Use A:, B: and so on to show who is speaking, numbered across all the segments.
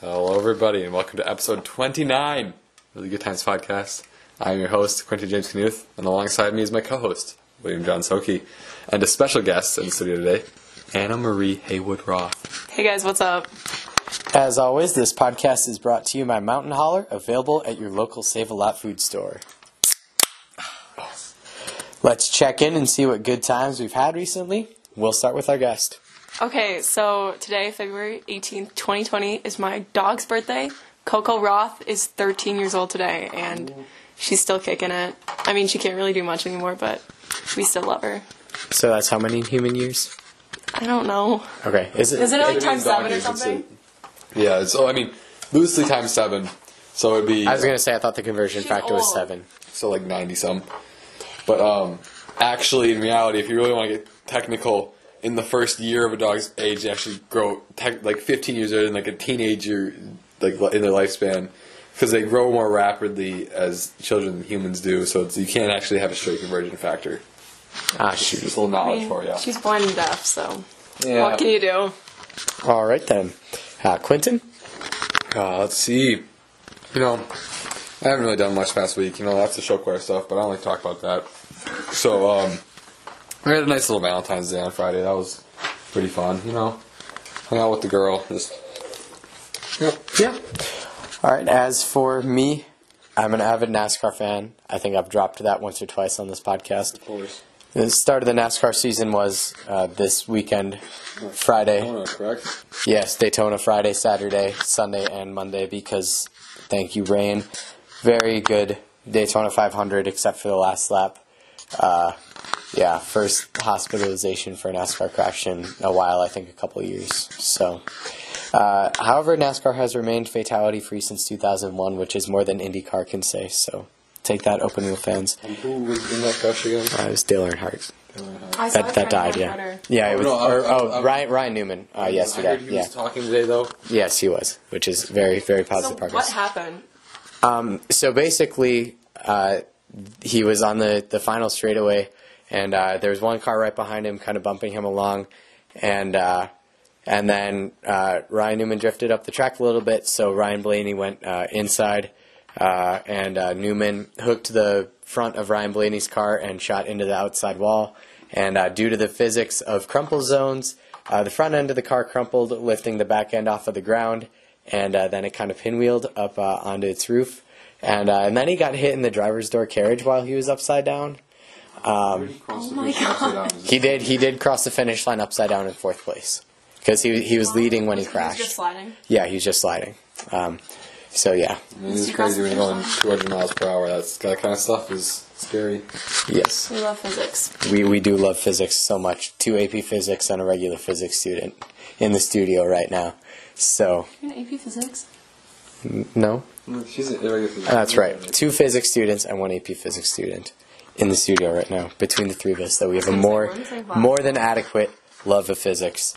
A: Hello, everybody, and welcome to episode 29 of the Good Times Podcast. I'm your host, Quentin James Knuth, and alongside me is my co host, William John Soki, and a special guest in the studio today, Anna Marie Haywood Roth.
B: Hey guys, what's up?
C: As always, this podcast is brought to you by Mountain Holler, available at your local Save a Lot food store. Let's check in and see what good times we've had recently. We'll start with our guest.
B: Okay, so today, February 18th, 2020, is my dog's birthday. Coco Roth is 13 years old today, and she's still kicking it. I mean, she can't really do much anymore, but we still love her.
C: So that's how many human years?
B: I don't know.
C: Okay, is it?
B: Is it like
A: It
B: times
A: is
B: seven or
A: doggies, it's
B: something?
A: a- yeah, so I mean, loosely times seven, so it'd be
C: I was gonna say I thought the conversion
B: She's
C: factor was
B: old.
C: seven.
A: so like 90 some. But um, actually, in reality, if you really want to get technical, in the first year of a dog's age, they actually grow tech, like 15 years old and like a teenager, like li- in their lifespan, because they grow more rapidly as children than humans do. So it's, you can't actually have a straight conversion factor.
C: Ah,
A: Just
C: shoot.
A: a little
B: I
A: knowledge
B: mean,
A: for you.
B: She's blind and deaf, so
A: Yeah.
B: what can you do?
C: All right then, uh, Quentin.
A: Uh, let's see. You know, I haven't really done much past week. You know, that's the show choir stuff, but I don't like to talk about that. So, um, we had a nice little Valentine's Day on Friday. That was pretty fun, you know. Hung out with the girl. Just, yep.
C: Yeah. All right. As for me, I'm an avid NASCAR fan. I think I've dropped that once or twice on this podcast. The start of the NASCAR season was uh, this weekend, Friday.
A: correct?
C: Yes, Daytona Friday, Saturday, Sunday, and Monday because thank you, rain. Very good Daytona 500, except for the last lap. Uh, yeah, first hospitalization for a NASCAR crash in a while, I think a couple years. So, uh, however, NASCAR has remained fatality free since 2001, which is more than IndyCar can say. So, take that, open wheel fans.
A: And who was in that crush again?
C: Uh, it was Dale Earnhardt
B: I saw
C: that,
B: her
C: that died.
B: trying to
C: Yeah,
B: find
C: yeah.
A: Oh,
C: It was,
A: no, I-
C: or, oh,
A: I- I-
C: Ryan Ryan Newman. Uh,
A: I
C: yesterday.
A: heard he
C: Yeah.
A: was talking today, though.
C: yes, he was, which is very very
B: her.
C: positive
B: So what
C: progress.
B: happened?
C: so basically, uh, he was on the the final straightaway, and uh, there was one car right behind him, kind of bumping him along, and. Uh, and then uh, Ryan Newman drifted up the track a little bit, so Ryan Blaney went uh, inside, uh, and uh, Newman hooked the front of Ryan Blaney's car and shot into the outside wall. And uh, due to the physics of crumple zones, uh, the front end of the car crumpled, lifting the back end off of the ground, and uh, then it kind of pinwheeled up uh, onto its roof. And uh, and then he got hit in the driver's door carriage while he was upside down.
A: oh my god.
C: He did he did cross the finish line upside down in fourth place because he he was leading when he
B: was
C: crashed.
B: just sliding.
C: Yeah, he's just sliding. Um, so yeah.
A: It is crazy when you're going 200 miles per hour. That's, that kind of stuff is scary.
C: Yes.
B: We love physics.
C: We we do love physics so much. Two AP physics and a regular physics student in the studio right now. So
B: You an AP physics?
C: no,
A: She's an irregular
C: Uh, that's right. Two physics students and one AP physics student in the studio right now. Between the three of us, that we have a more more than adequate love of physics.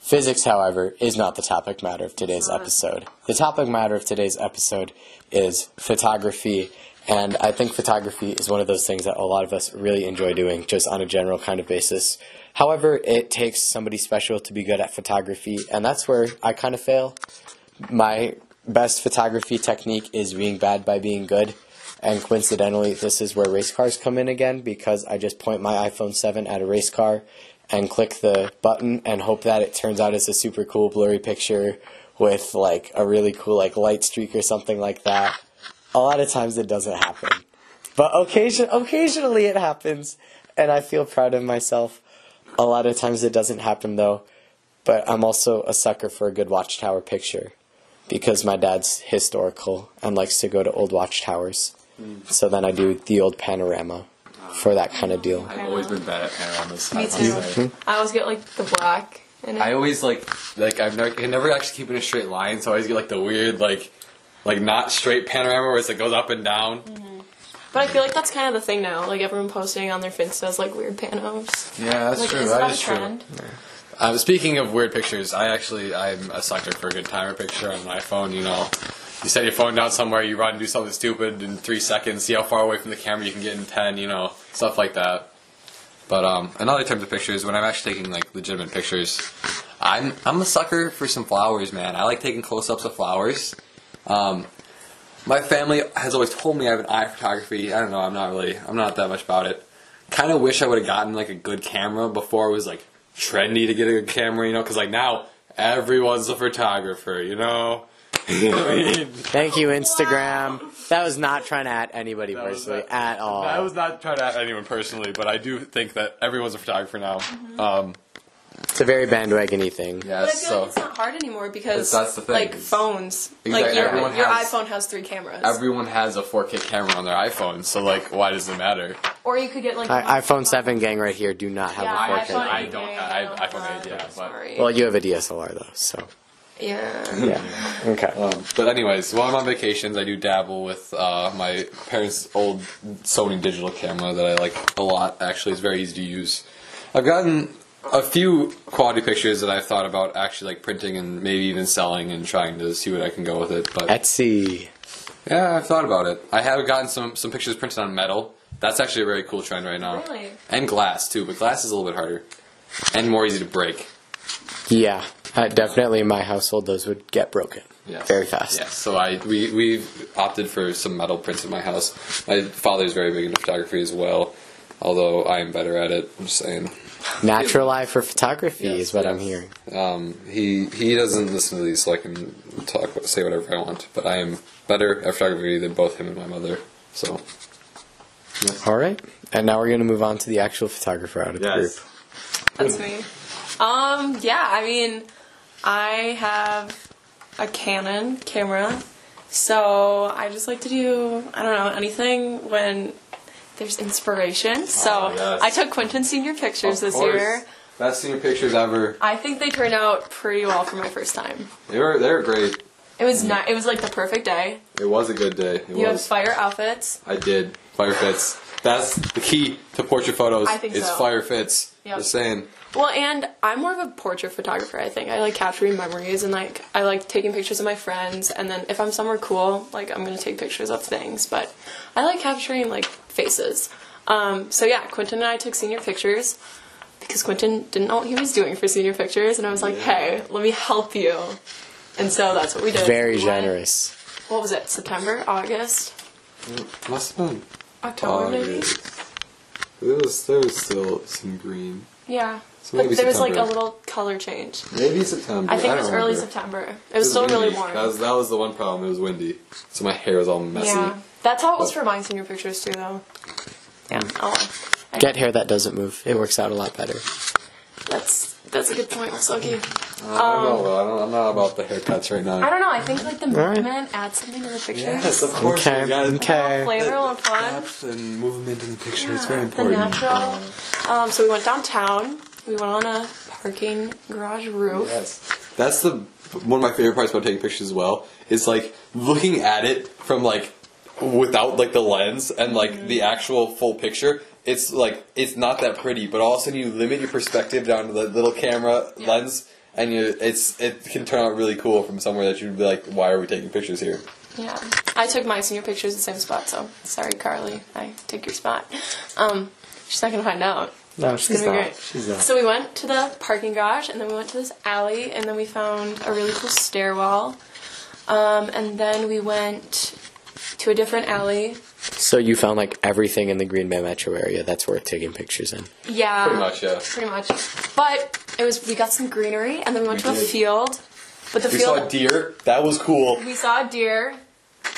C: Physics, however, is not the topic matter of today's episode. The topic matter of today's episode is photography, and I think photography is one of those things that a lot of us really enjoy doing just on a general kind of basis. However, it takes somebody special to be good at photography, and that's where I kind of fail. My best photography technique is being bad by being good. And coincidentally, this is where race cars come in again because I just point my iPhone 7 at a race car and click the button and hope that it turns out it's a super cool blurry picture with like a really cool like light streak or something like that. A lot of times it doesn't happen. But occasion occasionally it happens and I feel proud of myself. A lot of times it doesn't happen though. But I'm also a sucker for a good watchtower picture because my dad's historical and likes to go to old watchtowers. So then I do the old panorama for that kind of deal.
A: I've always been bad at panoramas.
B: Me
A: I
B: too.
A: must say.
B: I always get like the black. And
A: I always like like I've never can never actually keep it in a straight line, so I always get like the weird like like not straight panorama where it's like goes up and down.
B: But I feel like that's kind of the thing now. Like everyone posting on their finstas like weird panos.
A: Yeah, that's
B: Like, is that a trend?
A: Um, speaking of weird pictures, I actually I'm a sucker for a good timer picture on my phone. You know, you set your phone down somewhere, you run and do something stupid in three seconds, see how far away from the camera you can get in ten. You know, stuff like that. But um, another terms of pictures, when I'm actually taking like legitimate pictures, I'm I'm a sucker for some flowers, man. I like taking close-ups of flowers. Um, my family has always told me I have an eye for photography. I don't know. I'm not really. I'm not that much about it. Kind of wish I would have gotten like a good camera before it was like trendy to get a good camera, you know? Because like now everyone's a photographer, you know. I mean,
C: Thank you, Instagram. That was not trying to at anybody
A: That was
C: personally
A: not-
C: at all.
A: I was not trying to at anyone personally, but I do think that everyone's a photographer now. Um,
C: It's a very bandwagony thing.
A: yeah,
B: But I feel
A: so
B: like it's not hard anymore because
A: That's the thing,
B: like
A: is-
B: phones, like
A: Exactly,
B: your,
A: everyone
B: your
A: has-
B: iPhone has three cameras,
A: everyone has a 4K camera on their iPhone, so like, why does it matter?
B: or you could get like
C: I- iPhone 7 gang right here do not have
B: Yeah,
C: a 4K.
B: iPhone
A: I
B: eight,
A: don't-
B: yeah,
A: I-
B: don't
A: iPhone
B: have
A: eight,
B: that,
A: yeah, but-
B: sorry.
C: Well, you have a DSLR though, so
B: yeah.
C: yeah. Okay.
A: Um, but anyways, while I'm on vacations, I do dabble with uh, my parents' old Sony digital camera that I like a lot. Actually, it's very easy to use. I've gotten a few quality pictures that I've thought about actually like printing and maybe even selling and trying to see what I can go with it. But
C: Etsy.
A: yeah, I've thought about it. I have gotten some some pictures printed on metal. That's actually a very cool trend right now.
B: Really?
A: And glass too, but glass is a little bit harder and more easy to break.
C: Yeah, uh, definitely. In my household, those would get broken
A: Yes.
C: very fast.
A: Yes. So I we we've opted for some metal prints in my house. My father's very big into photography as well, although I am better at it. I'm just saying.
C: Natural eye for photography
A: Yes,
C: is what I'm
A: yes.
C: hearing.
A: Um, he he doesn't listen to these, so I can talk say whatever I want. But I am better at photography than both him and my mother. So
C: All right, and now we're going to move on to the actual photographer out of the group.
B: That's me. Um, yeah, I mean, I have a Canon camera, so I just like to do, I don't know, anything when there's inspiration. So
A: Oh, yes.
B: I took Quentin senior pictures this year.
A: best senior pictures ever.
B: I think they turned out pretty well for my first time.
A: They were they were great.
B: It was not, it was like the perfect day.
A: It was a good day. It
B: You have
A: was.
B: fire outfits.
A: I did fire fits. That's the key to portrait photos.
B: I think
A: it's
B: so.
A: fire fits.
B: Yep.
A: Just saying.
B: Well, and I'm more of a portrait photographer, I think. I like capturing memories and like I like taking pictures of my friends and then if I'm somewhere cool, like I'm gonna take pictures of things, but I like capturing like faces. Um, so yeah, Quentin and I took senior pictures because Quentin didn't know what he was doing for senior pictures and I was like, Hey, let me help you and so that's what we did.
C: Very
B: We went-
C: generous.
B: What was it? September, August,
A: Must have been
B: October maybe?
A: There was, there was still some green.
B: Yeah.
A: So
B: but
A: maybe
B: there was like a
A: September.
B: little color change.
A: Maybe September.
B: I think it
A: don't
B: was early
A: remember.
B: September. It was still really
A: windy.
B: warm.
A: That was, that was the one problem. It was windy, so my hair was all messy.
B: Yeah, that's how it was for mine senior pictures too, though. Yeah. Oh,
C: Get hair that doesn't move. It works out a lot better.
B: that's that's a good point, Silky.
A: I don't know. though. I don't, I'm not about the haircuts right now.
B: Um, I don't know. I think like the
C: right.
B: movement adds something to the picture.
A: yes, of course.
C: Okay,
A: you gotta-
C: okay.
B: Flavorful and fun.
A: Depth and movement in the picture. It's very
B: Yeah, The
A: important.
B: natural. Um, so we went downtown. We went on a parking garage roof.
A: Yes. That's the one of my favorite parts about taking pictures as well is like looking at it from like without like the lens and like
B: Mm-hmm.
A: the actual full picture. It's like it's not that pretty, but all of a sudden you limit your perspective down to the little camera
B: Yeah.
A: lens, and you it's it can turn out really cool from somewhere that you'd be like, why are we taking pictures here?
B: Yeah. I took my senior pictures the same spot, so sorry, Carly. I took your spot. Um, she's not gonna find out.
C: No, she's
B: It's gonna be
C: not.
B: great.
C: She's not.
B: So we went to the parking garage, and then we went to this alley, and then we found a really cool stairwell, um, and then we went to a different alley.
C: So you found like everything in the Green Bay metro area that's worth taking pictures in.
B: Yeah,
A: Pretty much, yeah.
B: pretty much. But it was we got some greenery, and then we went
A: We
B: to a
A: did.
B: field. But the
A: We
B: field
A: saw a deer. That was cool.
B: we saw a deer,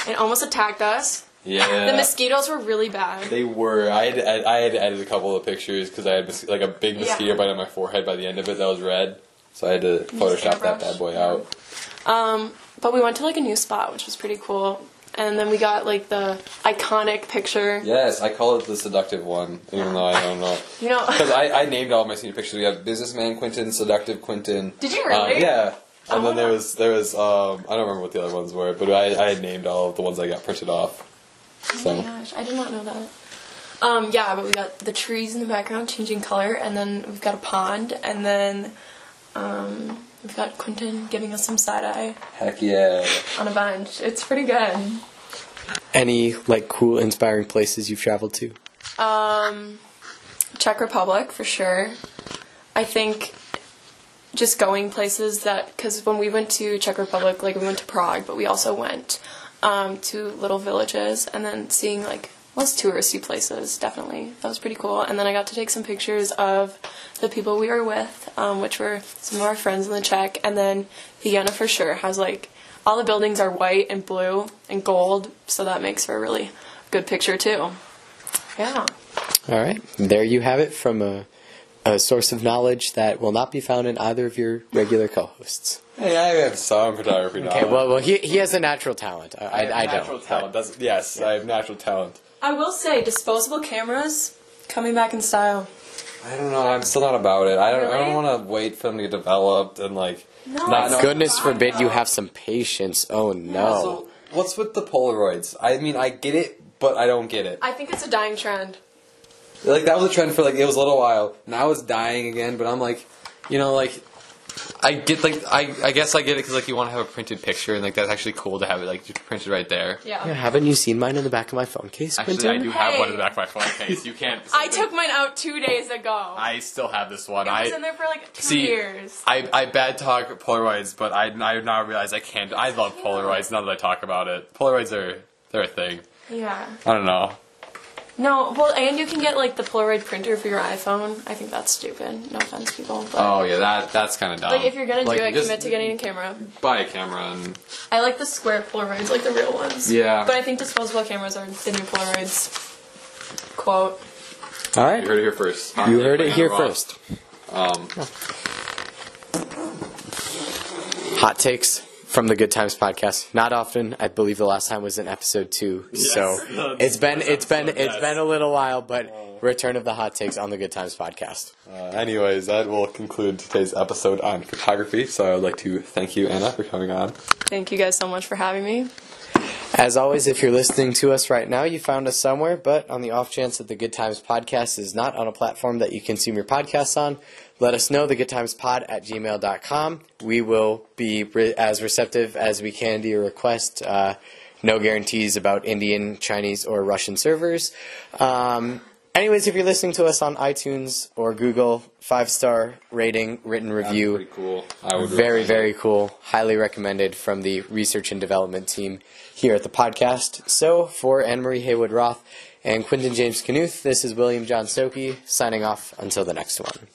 B: and almost attacked us.
A: Yeah.
B: The mosquitoes were really bad.
A: They were. I had I had added a couple of pictures because I had mos- like a big mosquito
B: Yeah.
A: bite on my forehead by the end of it that was red. So I had to Photoshop that
B: airbrush.
A: bad boy out.
B: But we went to like a new spot, which was pretty cool. And then we got like the iconic picture.
A: Yes, I call it the seductive one, even though I don't know.
B: You know.
A: Because I, I named all my senior pictures. We have businessman Quentin, seductive Quentin.
B: Did you
A: Um,
B: really?
A: yeah. And
B: Oh.
A: then there was there was um, I don't remember what the other ones were, but I, I had named all of the ones I got printed off.
B: Oh my
A: So
B: gosh, I did not know that. Um, yeah, but we got the trees in the background changing color, and then we've got a pond, and then um, we've got Quentin giving us some side eye
A: heck yeah.
B: on a bench. It's pretty good.
C: Any like cool, inspiring places you've traveled to?
B: Um, Czech Republic for sure. I think just going places that because when we went to Czech Republic, like we went to Prague, but we also went um, to little villages and then seeing like less touristy places. Definitely, that was pretty cool. And then I got to take some pictures of the people we were with, um, which were some of our friends in the Czech. And then Vienna for sure has like all the buildings are white and blue and gold, so that makes for a really good picture too. Yeah.
C: All right. There you have it from a, a source of knowledge that will not be found in either of your regular co hosts.
A: Hey, I have some photography knowledge.
C: Okay, well, well he, he has a natural talent. I, I,
A: have
C: I
A: natural
C: don't.
A: talent. That's, yes, I have natural talent.
B: I will say, disposable cameras coming back in style.
A: I don't know. I'm still not about it. I don't. I
B: Really?
A: don't want to wait for them to get developed and like.
B: No,
A: not
B: it's
A: know-
C: Uh, Goodness forbid you have some patience. Oh, no.
A: Also, what's with the Polaroids? I mean, I get it, but I don't get it.
B: I think it's a dying trend.
A: Like that was a trend for like it was a little while. Now it's dying again. But I'm like, you know, like. I get like I, I guess I get it because like you want to have a printed picture and like that's actually cool to have it like just printed right there.
B: Yeah.
C: Yeah, haven't you seen mine in the back of my phone case,
A: Actually, I
C: Quentin?
A: do have one in the back of my phone case. You can't.
B: I took mine out two days ago.
A: I still have this one.
B: it was
A: I
B: in there for like two
A: see.
B: years.
A: I, I bad talk Polaroids, but I I now realize I can't. I love Polaroids now that I talk about it. Polaroids are they're a thing.
B: Yeah.
A: I don't know.
B: No, well, and you can get like the Polaroid printer for your iPhone. I think that's stupid. No offense, people. But,
A: Oh yeah, that that's kind of dumb.
B: Like if you're gonna
A: Like,
B: do it,
A: just
B: commit to getting a camera.
A: buy a camera and
B: I like the square Polaroids, like the real ones.
A: Yeah.
B: But I think disposable cameras are the new Polaroids. Quote.
C: All
A: you
C: right.
A: heard it here first.
C: You heard it here first.
A: Um,
C: Hot takes from the Good Times podcast. Not often. I believe the last time was in episode two. So
A: That's
C: it's been
A: the
C: it's been
A: episode,
C: it's
A: yes.
C: been a little while, but return of the hot takes on the Good Times podcast.
A: uh, anyways, that will conclude today's episode on photography. So I would like to thank you, Anna, for coming on.
B: Thank you guys so much for having me.
C: As always, if you're listening to us right now, you found us somewhere, but on the off chance that the Good Times podcast is not on a platform that you consume your podcasts on, let us know, thegoodtimespod at gmail.com. We will be re- as receptive as we can to your request. Uh, no guarantees about Indian, Chinese, or Russian servers. Um, anyways, if you're listening to us on iTunes or Google, five star rating, written review
A: Pretty cool. I would
C: very
A: recommend
C: very
A: it.
C: cool highly recommended from the research and development team here at the podcast so for anne-marie haywood roth and quinton james knuth this is william john Soke signing off until the next one